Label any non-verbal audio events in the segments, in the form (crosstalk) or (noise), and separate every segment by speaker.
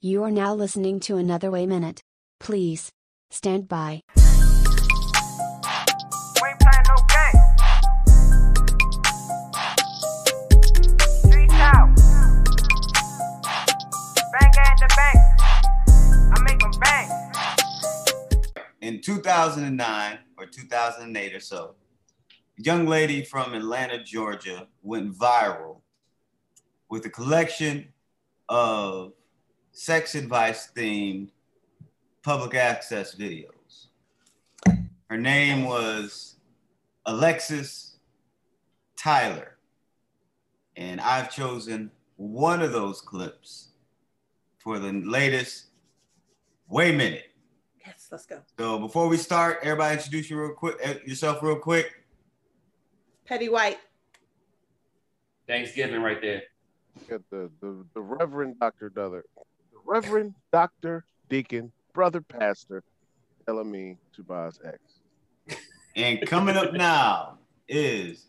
Speaker 1: You are now listening to another Way Minute. Please stand by.
Speaker 2: We ain't playing no game. Streets out. Bang at the bank. I make 'em bang.
Speaker 3: in 2009 or 2008 or so, a young lady from Atlanta, Georgia went viral with a collection of sex advice themed public access videos. Her name was Alexis Tyler. And I've chosen one of those clips for the latest Wait a Minute.
Speaker 4: Yes, let's go.
Speaker 3: So before we start, everybody introduce you real quick eh, yourself real quick.
Speaker 4: Petty White.
Speaker 5: Thanksgiving right there.
Speaker 6: got the, the, the Reverend Dr. Duther, the Reverend Dr. Deacon, Brother Pastor, Elamine Tubaz X.
Speaker 3: And coming up now is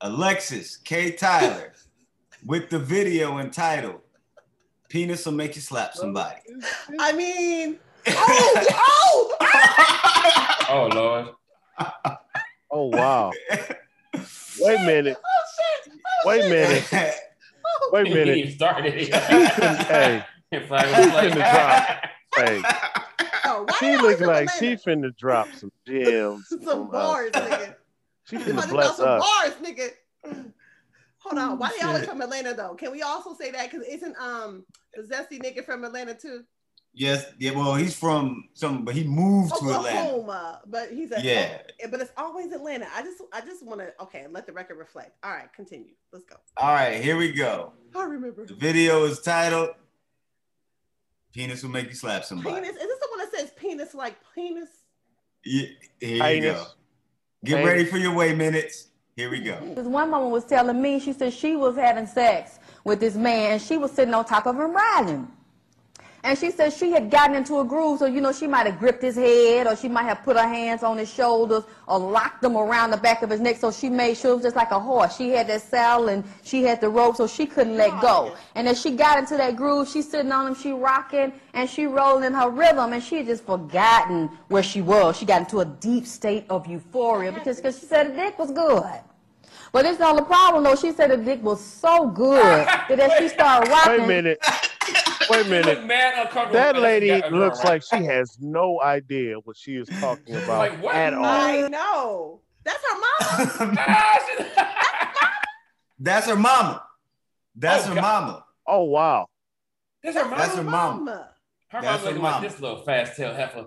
Speaker 3: Alexis K. Tyler with the video entitled Penis Will Make You Slap Somebody.
Speaker 4: I mean, oh, oh,
Speaker 3: (laughs)
Speaker 5: Oh Lord.
Speaker 4: (laughs)
Speaker 6: Oh, wow. Wait a minute.
Speaker 4: oh shit. Oh,
Speaker 6: Wait a
Speaker 4: shit. Oh,
Speaker 6: minute. (laughs)
Speaker 4: (laughs)
Speaker 6: Wait
Speaker 5: (laughs)
Speaker 6: a
Speaker 5: He
Speaker 6: minute.
Speaker 5: even started.
Speaker 6: (laughs) She couldn't- hey,
Speaker 5: If I was like-
Speaker 6: He
Speaker 5: (laughs)
Speaker 6: couldn't have
Speaker 4: (laughs)
Speaker 6: hey,
Speaker 4: Oh, why
Speaker 6: she
Speaker 4: not?
Speaker 6: looked
Speaker 4: Come
Speaker 6: like
Speaker 4: on,
Speaker 6: she
Speaker 4: later.
Speaker 6: finna drop some
Speaker 4: (laughs)
Speaker 6: gems.
Speaker 4: some
Speaker 6: on
Speaker 4: bars,
Speaker 6: us.
Speaker 4: nigga.
Speaker 6: She
Speaker 4: You
Speaker 6: finna
Speaker 4: must know
Speaker 6: bless
Speaker 4: some
Speaker 6: us.
Speaker 4: bars, nigga. Hold on. Why they always
Speaker 3: Shit.
Speaker 4: from Atlanta though? Can we also say that? Because isn't um the zesty nigga from Atlanta too?
Speaker 3: yes, yeah, well, he's from some, but he moved to Atlanta.
Speaker 4: Oklahoma, but he's a oh,
Speaker 3: Yeah.
Speaker 4: But it's always Atlanta. I just I just want to okay. Let the record reflect. All right, continue. Let's go.
Speaker 3: All right, here we go.
Speaker 4: I remember.
Speaker 3: The video is titled Penis Will Make You Slap Somebody.
Speaker 4: Penis. Is this the one that says penis like penis?
Speaker 3: Yeah, here you
Speaker 6: Penis.
Speaker 3: go. Get
Speaker 6: Penis.
Speaker 3: ready for your way minutes. Here we go. (laughs)
Speaker 7: This one woman was telling me, she said she was having sex with this man and she was sitting on top of him riding. And she said she had gotten into a groove, so you know, she might have gripped his head or she might have put her hands on his shoulders or locked them around the back of his neck. So she made sure it was just like a horse. She had that saddle and she had the rope, so she couldn't let go. And as she got into that groove, she's sitting on him, she rocking and she rolling in her rhythm, and she had just forgotten where she was. She got into a deep state of euphoria because cause she said the dick was good. But it's not the problem though. She said the dick was so good that as she started
Speaker 6: Wait
Speaker 7: rocking,
Speaker 6: a minute. Wait a
Speaker 5: He
Speaker 6: minute.
Speaker 5: looked mad uncomfortable.
Speaker 6: That
Speaker 5: Like,
Speaker 6: lady
Speaker 5: got a girl,
Speaker 6: looks
Speaker 5: right?
Speaker 6: like she has no idea what she is
Speaker 4: (laughs)
Speaker 6: talking about
Speaker 5: Like, what?
Speaker 6: at all.
Speaker 3: Oh.
Speaker 4: I know. That's her mom.
Speaker 5: Ah, she-
Speaker 3: That's her mama. That's
Speaker 5: Oh,
Speaker 3: her
Speaker 5: God.
Speaker 3: mama.
Speaker 6: Oh wow.
Speaker 5: (laughs) That's her
Speaker 3: (laughs)
Speaker 5: mom.
Speaker 3: That's her mama.
Speaker 5: Her
Speaker 3: That's
Speaker 5: mom's
Speaker 3: her
Speaker 5: looking
Speaker 3: mom.
Speaker 5: like this little fast tail heifer.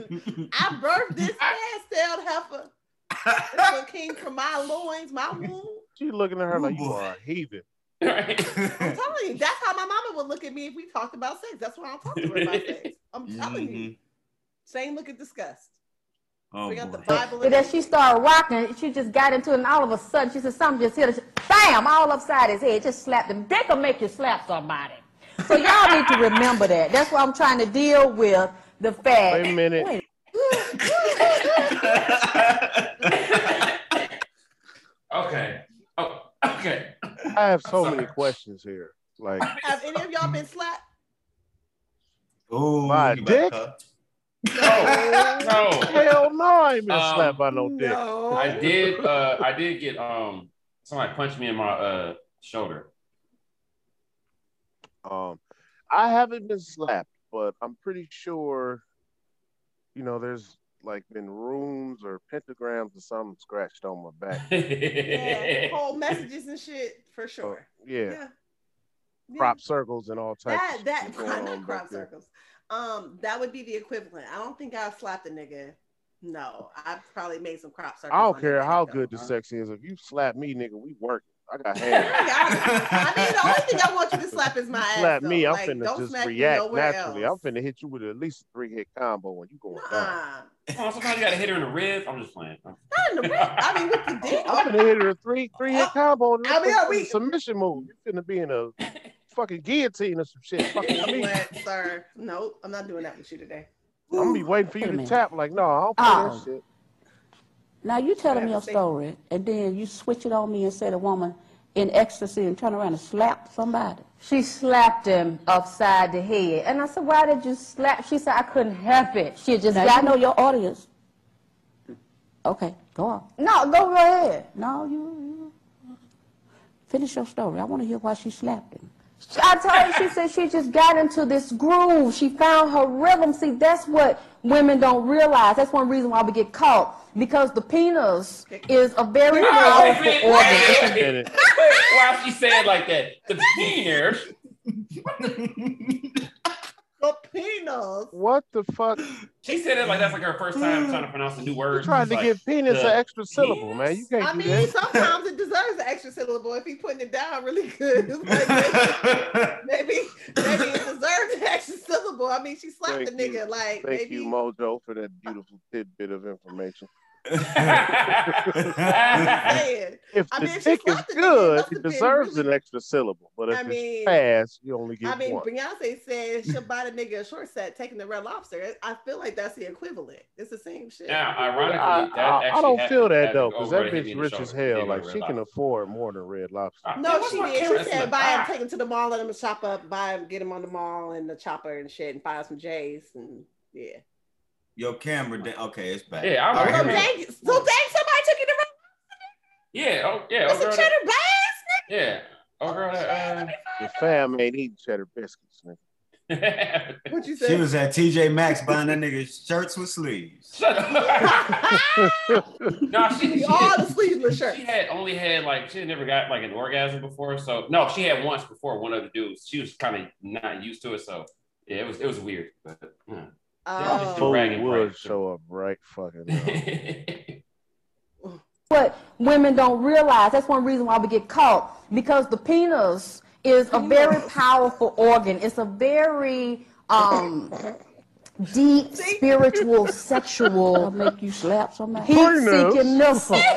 Speaker 4: I
Speaker 3: (laughs)
Speaker 4: birthed this fast-tailed heifer. This one came from my loins, my womb.
Speaker 6: She looking at her like you
Speaker 3: Ooh.
Speaker 6: are a heathen.
Speaker 5: (laughs) right?
Speaker 3: (laughs)
Speaker 4: I'm telling you, that's how my mama would look at me if we talked about sex. That's why I'll talk to her about sex. I'm
Speaker 3: (laughs)
Speaker 4: telling you.
Speaker 3: Mhm.
Speaker 4: Shane look at disgust.
Speaker 3: Oh,
Speaker 4: we got the
Speaker 3: boy.
Speaker 4: Bible.
Speaker 7: that
Speaker 4: in
Speaker 7: as she started rocking, she just got into it, and all of a sudden she said something just hit her, bam, all upside his head, just slapped him. Dick will make you slap somebody. So y'all need to remember that. That's what I'm trying to deal with the fact.
Speaker 6: Wait a minute.
Speaker 7: Wait,
Speaker 5: okay. Oh, okay.
Speaker 6: I have so
Speaker 5: I'm
Speaker 6: many
Speaker 5: sorry.
Speaker 6: questions here.
Speaker 4: (laughs)
Speaker 6: Like
Speaker 4: Have any of y'all
Speaker 3: (laughs)
Speaker 4: been slapped?
Speaker 3: (laughs) Ooh,
Speaker 6: My
Speaker 3: you
Speaker 4: (laughs)
Speaker 6: dick?
Speaker 3: about
Speaker 5: No. No.
Speaker 6: Hell no, I ain't been
Speaker 5: Um,
Speaker 6: slapped by no dick.
Speaker 4: No.
Speaker 5: oh. I did. Uh, I did get um. Somebody punched me in my uh shoulder. (laughs)
Speaker 6: Um, I haven't been slapped, but I'm pretty sure, you know, there's like been rooms or pentagrams or something scratched on my back.
Speaker 4: Yeah, whole messages and shit for sure.
Speaker 6: Oh, Yeah,
Speaker 4: Yeah. Yeah.
Speaker 6: crop circles and all types.
Speaker 4: That
Speaker 6: of
Speaker 4: that (laughs)
Speaker 6: shit going on
Speaker 4: not
Speaker 6: back
Speaker 4: crop
Speaker 6: there.
Speaker 4: circles. Um, that would be the equivalent. I don't think I slapped a nigga. No, I probably made some crop circles.
Speaker 6: I
Speaker 4: on
Speaker 6: don't
Speaker 4: his
Speaker 6: care
Speaker 4: back,
Speaker 6: how
Speaker 4: though.
Speaker 6: good the sex is. If you slap me, nigga, we working.
Speaker 4: (laughs)
Speaker 6: I got hands.
Speaker 4: Nigga, I I mean, the only thing I want you to slap is my ass.
Speaker 6: slap
Speaker 4: though.
Speaker 6: me, I'm
Speaker 4: Like,
Speaker 6: finna
Speaker 4: don't
Speaker 6: just
Speaker 4: smack me
Speaker 6: react
Speaker 4: nowhere
Speaker 6: naturally.
Speaker 4: else.
Speaker 6: I'm finna hit you with at least a three hit combo and you going down.
Speaker 4: Nuh-uh.
Speaker 5: Come on, sometimes you gotta hit her in the rib. I'm just playing. I'm-
Speaker 4: Not in the ring. I mean, with the dick. (laughs)
Speaker 6: (laughs) I'm finna hit her a three three hit combo. And
Speaker 4: I mean, are we-
Speaker 6: submission move. You finna be
Speaker 8: (laughs)
Speaker 6: in a fucking guillotine or some shit. Fucking with me.
Speaker 4: What, sir? Nope, I'm not doing that with you today.
Speaker 6: I'm gonna be waiting for you
Speaker 8: Wait a
Speaker 6: to
Speaker 8: minute.
Speaker 6: tap. Like, no, I don't play
Speaker 8: Oh.
Speaker 6: that shit.
Speaker 8: Now you telling me
Speaker 4: Whatever,
Speaker 8: your
Speaker 4: say-
Speaker 8: story, and then you switch it on me and say the woman in ecstasy and turn around and slap somebody.
Speaker 7: She slapped him upside the head. And I said, Why did you slap? She said, I couldn't help it. She had just
Speaker 8: Now,
Speaker 7: got
Speaker 8: you know your audience. Okay, go on.
Speaker 7: No, go right ahead.
Speaker 8: No, you, you finish your story. I want to hear why she slapped him.
Speaker 7: I told her, she said she just got into this groove. She found her rhythm. See, that's what women don't realize. That's one reason why we get caught. Because the penis is a very
Speaker 5: Wait,
Speaker 7: powerful
Speaker 5: wait,
Speaker 7: organ.
Speaker 5: wait, wait,
Speaker 6: minute.
Speaker 5: wait, Why she said it like that? The penis.
Speaker 4: The penis.
Speaker 6: What the fuck?
Speaker 5: She said it like that's like her first time trying to pronounce a new
Speaker 6: You're
Speaker 5: word.
Speaker 6: trying to
Speaker 5: Like,
Speaker 6: give penis
Speaker 5: the
Speaker 6: an extra syllable, man. You can't
Speaker 4: I
Speaker 6: do
Speaker 4: mean,
Speaker 6: that.
Speaker 4: sometimes it deserves an extra syllable if he putting it down
Speaker 6: (laughs)
Speaker 4: really good. (laughs) It's like, maybe, maybe, maybe it deserves an extra syllable. I mean, she slapped
Speaker 6: Thank
Speaker 4: the nigga.
Speaker 6: you.
Speaker 4: Like,
Speaker 6: Thank
Speaker 4: maybe
Speaker 6: you, Mojo, for that beautiful tidbit of information.
Speaker 4: saying.
Speaker 6: If
Speaker 4: I
Speaker 6: the
Speaker 4: mean, if she
Speaker 6: dick is
Speaker 4: slapped the nigga, it
Speaker 6: good,
Speaker 4: must
Speaker 6: it
Speaker 4: have been
Speaker 6: deserves
Speaker 4: really-
Speaker 6: an extra syllable. But if
Speaker 4: I mean-
Speaker 6: it's fast, you only get
Speaker 4: I mean,
Speaker 6: one.
Speaker 4: Beyonce said she'll buy the nigga a short set, taking the red lobster. I feel like that's the equivalent. It's the same shit.
Speaker 5: (laughs) Now, ironically,
Speaker 6: I,
Speaker 5: that
Speaker 6: I- I
Speaker 5: actually
Speaker 6: don't feel
Speaker 5: happened
Speaker 6: that
Speaker 5: as
Speaker 6: though,
Speaker 5: an
Speaker 6: because that
Speaker 5: overhead hit me
Speaker 6: bitch
Speaker 5: in the
Speaker 6: rich
Speaker 5: shoulder.
Speaker 6: as
Speaker 5: Hit
Speaker 6: hell.
Speaker 5: me
Speaker 6: Like
Speaker 5: with
Speaker 6: she
Speaker 5: a
Speaker 6: can
Speaker 5: red
Speaker 6: afford more than Red Lobster.
Speaker 5: lobster.
Speaker 4: No,
Speaker 5: What's
Speaker 4: she
Speaker 5: my
Speaker 4: did. She
Speaker 5: carrots in
Speaker 4: said
Speaker 5: the
Speaker 4: buy him,
Speaker 5: eye?
Speaker 4: take him to the mall, let him shop up, buy him, get him on the mall and the chopper and shit, and find some J's and yeah.
Speaker 3: (laughs) Your camera, da- okay, it's back.
Speaker 5: Yeah, I'm-
Speaker 3: All
Speaker 4: So
Speaker 5: All
Speaker 4: dang,
Speaker 5: right,
Speaker 4: so
Speaker 5: here
Speaker 4: dang,
Speaker 5: we go.
Speaker 4: somebody took you to
Speaker 5: Yeah, oh yeah,
Speaker 4: That's
Speaker 5: oh,
Speaker 4: a
Speaker 5: girl,
Speaker 4: cheddar
Speaker 5: that,
Speaker 4: blast.
Speaker 5: yeah, oh girl, that,
Speaker 6: Your fam ain't eating cheddar biscuits, nigga.
Speaker 5: uh,
Speaker 4: What you
Speaker 3: She was at TJ Maxx buying that nigga shirts with sleeves.
Speaker 5: (laughs) shut up. (laughs)
Speaker 4: Oh.
Speaker 5: no, she, she,
Speaker 4: All the sleeveless shirts.
Speaker 5: she had only had like she had never got like an orgasm before, so no, she had once before one of the dudes. She was kind of not used to it, so yeah, it was it was weird. But, yeah.
Speaker 4: Oh,
Speaker 5: Food.
Speaker 6: Food
Speaker 5: bragging
Speaker 6: would
Speaker 5: rights, too.
Speaker 6: show up right fucking
Speaker 4: (laughs)
Speaker 6: now.
Speaker 7: What women don't realize. That's one reason why we get caught. Because the penis is a very powerful organ. It's a very um, deep spiritual sexual
Speaker 8: I'll make you slap somebody.
Speaker 7: heat-seeking missile.
Speaker 5: (laughs)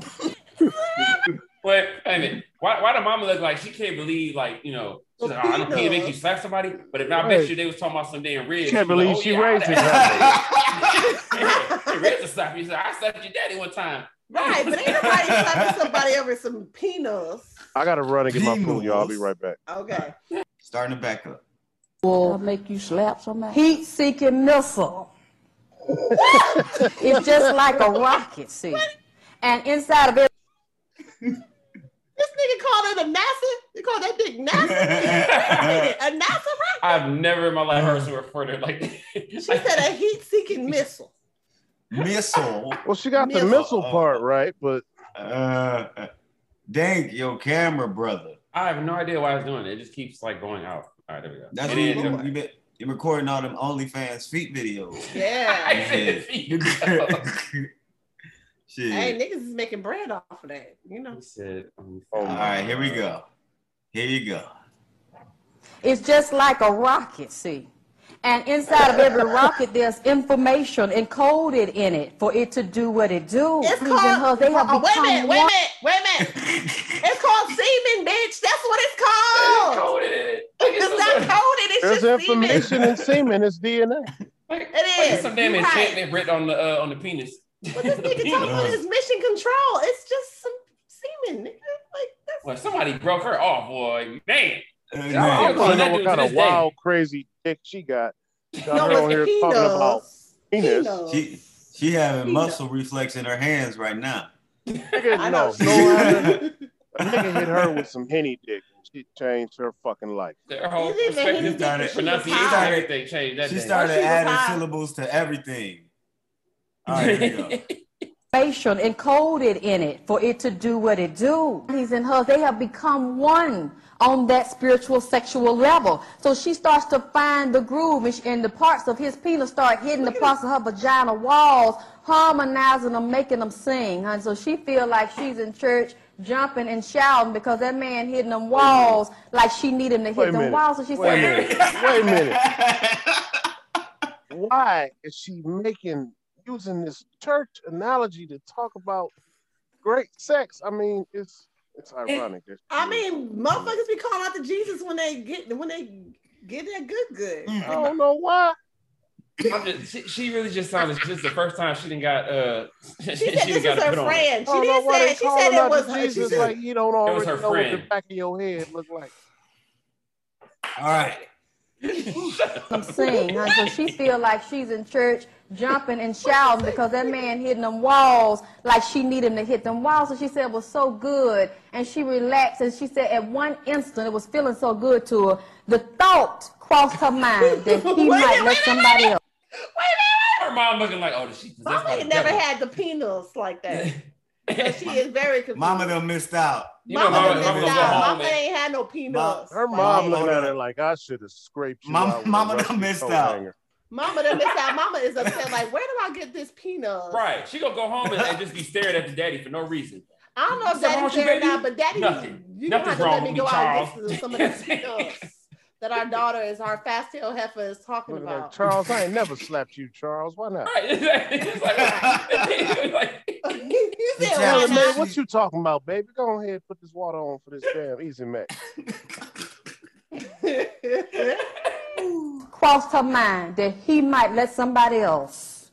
Speaker 5: But I mean, why why the mama look like she can't believe like you know she's like, oh, I don't can't make you slap somebody, but if I bet
Speaker 6: Right.
Speaker 5: you they was talking about some damn red.
Speaker 6: Can't believe she raised his
Speaker 5: "Oh, (laughs) Yeah, Red's a slap. He said, I slapped your daddy one time.
Speaker 4: right, but ain't nobody slapping somebody over some peanuts.
Speaker 6: I gotta run and get my food,
Speaker 3: Peanuts.
Speaker 6: y'all. I'll be right back.
Speaker 4: Okay.
Speaker 3: Starting to back up.
Speaker 8: I'll make you slap somebody.
Speaker 7: heat
Speaker 8: (laughs)
Speaker 7: seeking missile. it's just like a rocket, see. And inside of it,
Speaker 4: (laughs) This nigga called it a NASA. You call that dick NASA?
Speaker 5: I've
Speaker 4: a NASA rocket.
Speaker 5: never in my life
Speaker 6: Uh-huh.
Speaker 5: heard someone refer to it like that.
Speaker 4: She said a heat seeking missile.
Speaker 6: (laughs)
Speaker 3: Missile.
Speaker 6: Well, she got the
Speaker 4: Missile.
Speaker 6: missile part right, but
Speaker 3: Uh, dang, your camera, brother.
Speaker 5: (laughs) I have no idea why I was doing it. It just keeps like going out. All right, there we go.
Speaker 3: That's
Speaker 5: It
Speaker 3: what
Speaker 5: is-
Speaker 3: you you been you recording all them OnlyFans feet videos. (laughs)
Speaker 4: Yeah.
Speaker 5: (laughs) I said feet.
Speaker 3: Shit.
Speaker 4: Hey, niggas is making bread off of that, you know.
Speaker 5: (laughs) He said, um,
Speaker 6: Oh,
Speaker 3: All right, here we go. Here you go.
Speaker 7: it's just like a rocket, see. And inside
Speaker 4: (laughs)
Speaker 7: of every rocket, there's information encoded in it for it to do what it do.
Speaker 4: It's
Speaker 7: Please
Speaker 4: called.
Speaker 7: and her, they have
Speaker 4: oh, wait a
Speaker 7: become
Speaker 4: minute, wait a
Speaker 7: one.
Speaker 4: minute, wait a minute. It's called semen, bitch. That's what it's called.
Speaker 5: coded it. Like
Speaker 4: It's not
Speaker 5: some-
Speaker 4: coded. It's
Speaker 6: there's
Speaker 4: just semen.
Speaker 6: information in semen.
Speaker 4: (laughs)
Speaker 6: It's DNA.
Speaker 5: like-
Speaker 4: It
Speaker 5: like
Speaker 4: is.
Speaker 5: some damn
Speaker 4: You're right.
Speaker 5: enchantment written on the uh, on the penis.
Speaker 4: What
Speaker 5: (laughs)
Speaker 4: this
Speaker 5: The
Speaker 4: nigga
Speaker 5: penis.
Speaker 4: talking about is mission control. It's just some semen, nigga. Like that's
Speaker 5: Well, somebody broke her off, boy. Man.
Speaker 4: (laughs)
Speaker 3: Hey,
Speaker 5: Oh,
Speaker 6: I
Speaker 3: man.
Speaker 5: oh,
Speaker 6: want to know
Speaker 5: that
Speaker 6: what
Speaker 5: dude
Speaker 6: kind
Speaker 5: to
Speaker 6: of
Speaker 5: this day.
Speaker 6: wild, crazy dick she got. Got her
Speaker 4: no,
Speaker 6: on here
Speaker 4: it's
Speaker 6: talking about
Speaker 4: penis.
Speaker 6: penis.
Speaker 3: She she having muscle reflex in her hands right now.
Speaker 4: I
Speaker 6: nigga.
Speaker 4: know. (laughs)
Speaker 6: No, no, a nigga hit her with some henny dick, and she changed her fucking life.
Speaker 5: Their whole
Speaker 4: You didn't even
Speaker 5: perspective,
Speaker 4: hit
Speaker 3: it.
Speaker 5: their pronunciation,
Speaker 4: She started-
Speaker 5: everything changed that
Speaker 3: she
Speaker 5: day.
Speaker 3: started
Speaker 4: She was
Speaker 3: adding
Speaker 4: high.
Speaker 3: syllables to everything. All right, here we
Speaker 4: (laughs)
Speaker 3: go.
Speaker 7: information encoded in it for it to do what it do. He's in her, they have become one on that spiritual sexual level. So she starts to find the groove and, sh- and the parts of his penis start hitting the parts of her vagina walls, harmonizing them, making them sing. And so she feel like she's in church jumping and shouting because that man hitting them walls like she need him to
Speaker 6: Wait a
Speaker 7: hit them
Speaker 6: minute.
Speaker 7: walls. So she
Speaker 6: Wait a
Speaker 7: said,
Speaker 6: minute. Wait a minute. Why is she making using this church analogy to talk about great sex? I mean, it's it's ironic. that
Speaker 4: I
Speaker 6: she-
Speaker 4: mean, motherfuckers be
Speaker 5: Mm.
Speaker 4: calling out to Jesus when they get when they get that good good.
Speaker 6: I don't know why.
Speaker 5: (laughs) I'm just, she, she really just sounded. This is the first time she didn't got. Uh, (laughs)
Speaker 4: She
Speaker 5: she,
Speaker 4: said this
Speaker 5: done
Speaker 4: was
Speaker 5: got
Speaker 4: her
Speaker 5: put on.
Speaker 4: friend. She
Speaker 6: I don't know
Speaker 4: didn't
Speaker 6: why
Speaker 4: say
Speaker 6: they
Speaker 4: it. She
Speaker 6: call
Speaker 4: said
Speaker 6: him
Speaker 4: it
Speaker 6: out to
Speaker 4: was her.
Speaker 6: Jesus
Speaker 3: said-
Speaker 6: like you don't
Speaker 5: was her
Speaker 6: already know what the
Speaker 5: friend.
Speaker 6: back of your head look like.
Speaker 3: All right.
Speaker 7: I'm saying, huh? So she feel like she's in church jumping and shouting because that man hitting them walls like she need him to hit them walls. So she said it was so good. And she relaxed and she said at one instant it was feeling so good to her. The thought crossed her mind that he
Speaker 4: (laughs) Wait a
Speaker 7: might let
Speaker 4: minute,
Speaker 7: somebody else.
Speaker 5: Her mom looking like, oh, she possessed
Speaker 4: Mama
Speaker 5: by
Speaker 4: ain't
Speaker 5: the
Speaker 4: never
Speaker 5: devil.
Speaker 4: had the peanuts like
Speaker 5: (laughs)
Speaker 4: that. But she
Speaker 5: you
Speaker 4: is very confused.
Speaker 3: Mama done missed out.
Speaker 5: know,
Speaker 4: Mama
Speaker 5: mama,
Speaker 4: done
Speaker 5: mama,
Speaker 4: missed
Speaker 5: gonna go
Speaker 4: out.
Speaker 5: home.
Speaker 4: Mama
Speaker 5: and-
Speaker 4: ain't had no peanuts.
Speaker 6: Her
Speaker 4: Like,
Speaker 6: mom
Speaker 3: Mama-
Speaker 6: looked at her like I should have scraped you.
Speaker 3: Mama-
Speaker 6: out with a
Speaker 3: Mama
Speaker 6: rusty
Speaker 3: done missed
Speaker 6: coat
Speaker 3: out.
Speaker 6: hanger.
Speaker 4: Mama done missed out. Mama is upset. Like, where do I get this peanut?
Speaker 5: Right, she gonna go home and, and just be staring at the daddy for no reason.
Speaker 4: I don't know if
Speaker 5: Is that wrong
Speaker 4: daddy's
Speaker 5: with you,
Speaker 4: there
Speaker 5: baby?
Speaker 4: now, but daddy,
Speaker 5: Nothing.
Speaker 4: you don't have
Speaker 5: Nothing's
Speaker 4: to
Speaker 5: wrong
Speaker 4: let
Speaker 5: with
Speaker 4: me
Speaker 5: me,
Speaker 4: go out and
Speaker 5: Charles.
Speaker 4: get to some of these
Speaker 5: (laughs)
Speaker 4: peanuts that our daughter is our fast tail heifer is talking
Speaker 6: Looking like
Speaker 4: about.
Speaker 6: Charles, I ain't never slapped you, Charles. Why not?
Speaker 5: Right, it's like, (laughs) it's like-
Speaker 4: (laughs) you
Speaker 3: Yeah,
Speaker 4: said why
Speaker 6: Hey,
Speaker 3: Charles,
Speaker 6: man,
Speaker 4: not?
Speaker 6: what you talking about, baby? Go ahead, put this water on for this damn easy match.
Speaker 7: crossed her mind that he might let somebody else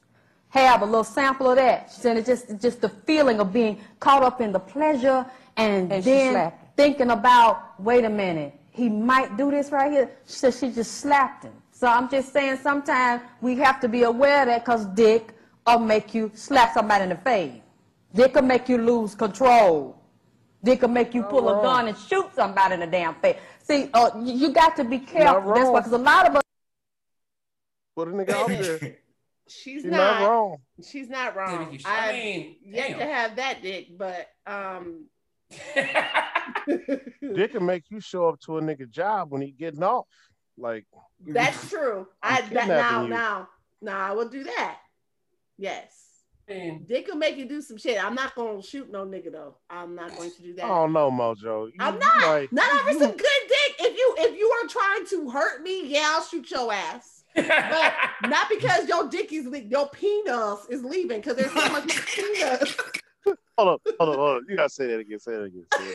Speaker 7: have a little sample of that. She said it just just the feeling of being caught up in the pleasure and,
Speaker 8: And she
Speaker 7: then
Speaker 8: slapped him.
Speaker 7: thinking about, wait a minute, he might do this right here. She said she just slapped him. So I'm just saying sometimes we have to be aware of that because dick will make you slap somebody in the face. Dick will make you lose control. They could make you pull a gun and shoot somebody in the damn face. See, uh, you, you got to be careful. That's why,
Speaker 6: wrong.
Speaker 7: because a lot of us
Speaker 6: Put a nigga
Speaker 4: (laughs)
Speaker 6: out there.
Speaker 4: She's
Speaker 6: You're not,
Speaker 4: not.
Speaker 6: wrong.
Speaker 4: She's not wrong.
Speaker 5: I
Speaker 4: I
Speaker 5: mean,
Speaker 4: yet to have that dick, but um,
Speaker 5: damn.
Speaker 6: Dick can make you show up to a nigga job when he getting off. Like
Speaker 4: that's true. I
Speaker 6: I'm
Speaker 4: that now
Speaker 6: kidnapping you.
Speaker 4: now now I will do that. Yes.
Speaker 5: Man,
Speaker 4: Dick will make you do some shit. I'm not gonna shoot no nigga though. I'm not going to do that.
Speaker 6: I don't know, Mojo. You-
Speaker 4: I'm
Speaker 6: Oh, you
Speaker 4: not.
Speaker 6: Like,
Speaker 4: not over some good dick. If you if you are trying to hurt me, yeah, I'll shoot your ass. But not because your dick is le- your penis is leaving because there's so much penis.
Speaker 6: hold up, hold up, hold up. You gotta say that again. Say that again. Say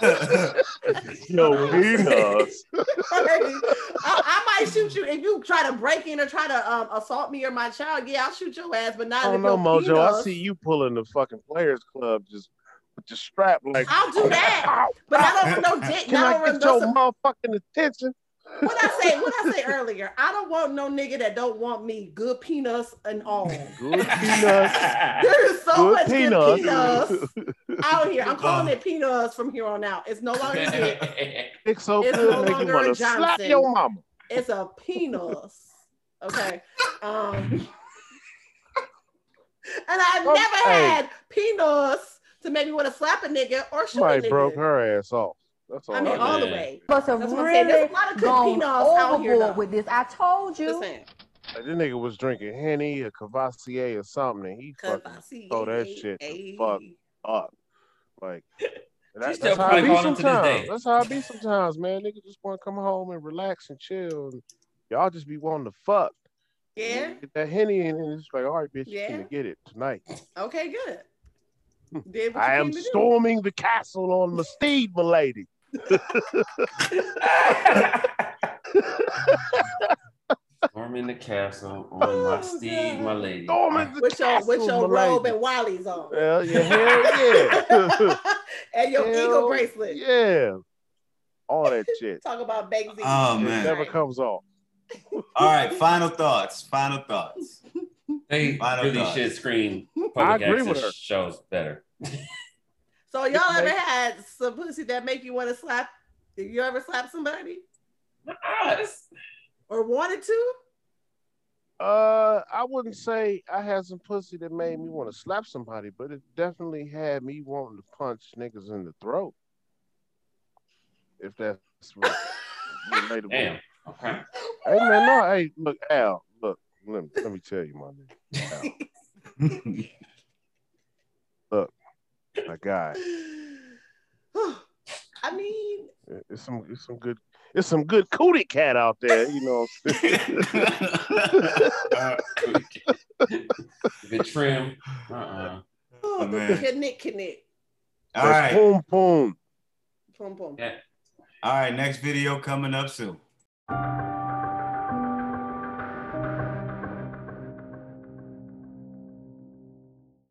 Speaker 6: that again.
Speaker 5: Yo, peanuts.
Speaker 4: I, I might shoot you if you try to break in or try to um, assault me or my child. Yeah, I'll shoot your ass, but not
Speaker 6: I
Speaker 4: if
Speaker 6: don't know,
Speaker 4: your
Speaker 6: Mojo. I
Speaker 4: penis-
Speaker 6: see you pulling the fucking Players Club just with the strap like.
Speaker 4: I'll do that, but not over no dick.
Speaker 6: Can
Speaker 4: not
Speaker 6: I
Speaker 4: over
Speaker 6: get
Speaker 4: no
Speaker 6: your
Speaker 4: some-
Speaker 6: motherfucking attention?
Speaker 4: what I say. What I say earlier. I don't want no nigga that don't want me. Good penis and all.
Speaker 6: Good peanuts.
Speaker 4: There is so
Speaker 6: Good
Speaker 4: much
Speaker 6: peanuts.
Speaker 4: good peanuts out here. I'm calling it peanuts from here on out. It's no
Speaker 5: (laughs)
Speaker 4: longer dick.
Speaker 3: (laughs)
Speaker 6: Dick so
Speaker 4: It's
Speaker 6: good,
Speaker 4: no
Speaker 6: make you
Speaker 4: longer
Speaker 6: wanna
Speaker 4: a Johnson.
Speaker 6: slap your mama.
Speaker 4: It's a penis. Okay. Um, and I've
Speaker 6: Oh,
Speaker 4: never
Speaker 6: hey.
Speaker 4: had peanuts to make me want to slap a nigga or shoot a
Speaker 6: Somebody
Speaker 4: nigga.
Speaker 6: broke her ass off. That's all.
Speaker 4: I mean,
Speaker 5: Oh,
Speaker 4: all the
Speaker 5: man.
Speaker 4: way.
Speaker 7: of us have
Speaker 4: That's what I'm saying. There's
Speaker 7: really
Speaker 4: a lot of good
Speaker 7: gone
Speaker 4: peanuts out here,
Speaker 7: overboard
Speaker 4: though.
Speaker 7: with this. I told you.
Speaker 4: Just saying.
Speaker 6: Like, this nigga was drinking Henny or Cavassier or something, and he fucking throw that shit the fuck up.
Speaker 5: (laughs)
Speaker 6: Like, and that-
Speaker 5: She still
Speaker 6: that's how
Speaker 5: probably
Speaker 6: I be
Speaker 5: calling him to this
Speaker 6: sometimes.
Speaker 5: day.
Speaker 6: That's how I be sometimes, man. Nigga just want to come home and relax and chill. And y'all just be wanting to fuck.
Speaker 4: Yeah.
Speaker 6: Get that Henny in, and it's like, all right, bitch,
Speaker 4: Yeah.
Speaker 6: you finna get it tonight.
Speaker 4: Okay, good. Did what you
Speaker 6: I am
Speaker 4: came to do.
Speaker 6: storming the castle on Mastede, my lady.
Speaker 5: I'm in the castle on my steed, my lady.
Speaker 6: Storming the
Speaker 4: With your
Speaker 6: castle,
Speaker 4: with your
Speaker 6: my
Speaker 4: robe
Speaker 6: lady.
Speaker 4: and Wally's on.
Speaker 6: (laughs)
Speaker 4: (laughs)
Speaker 6: Hell yeah, hell yeah.
Speaker 4: and (laughs) your
Speaker 6: Hell
Speaker 4: eagle bracelet.
Speaker 6: Yeah. All that shit.
Speaker 4: Talk about Banksy.
Speaker 3: Oh,
Speaker 6: It
Speaker 3: man.
Speaker 6: never
Speaker 4: Right.
Speaker 6: comes off.
Speaker 3: (laughs) All right, final thoughts. Final thoughts. (laughs)
Speaker 5: They
Speaker 3: Final
Speaker 5: really
Speaker 3: thoughts.
Speaker 5: should screen
Speaker 6: I
Speaker 5: public
Speaker 6: agree with her.
Speaker 5: access shows better.
Speaker 4: So y'all
Speaker 6: Like-
Speaker 4: ever had some pussy that make you want to slap? Did you ever slap somebody or wanted to? (sighs)
Speaker 6: Uh, I wouldn't say I had some pussy that made me want to slap somebody, but it definitely had me wanting to punch niggas in the throat. If that's what relatable.
Speaker 5: Damn. Okay. (laughs)
Speaker 6: Hey man, no, hey, look, Al, look, let me, let me tell you, my nigga. Al, my guy,
Speaker 4: I mean,
Speaker 6: it's some, it's some good, it's some good cootie cat out there, you know. (laughs) what I'm saying?
Speaker 3: (laughs)
Speaker 5: the trim. Uh-uh.
Speaker 4: oh, the
Speaker 3: man.
Speaker 4: connect, connect,
Speaker 3: All right.
Speaker 6: Boom, boom.
Speaker 4: boom, boom.
Speaker 5: Yeah.
Speaker 3: All right. Next video coming up soon.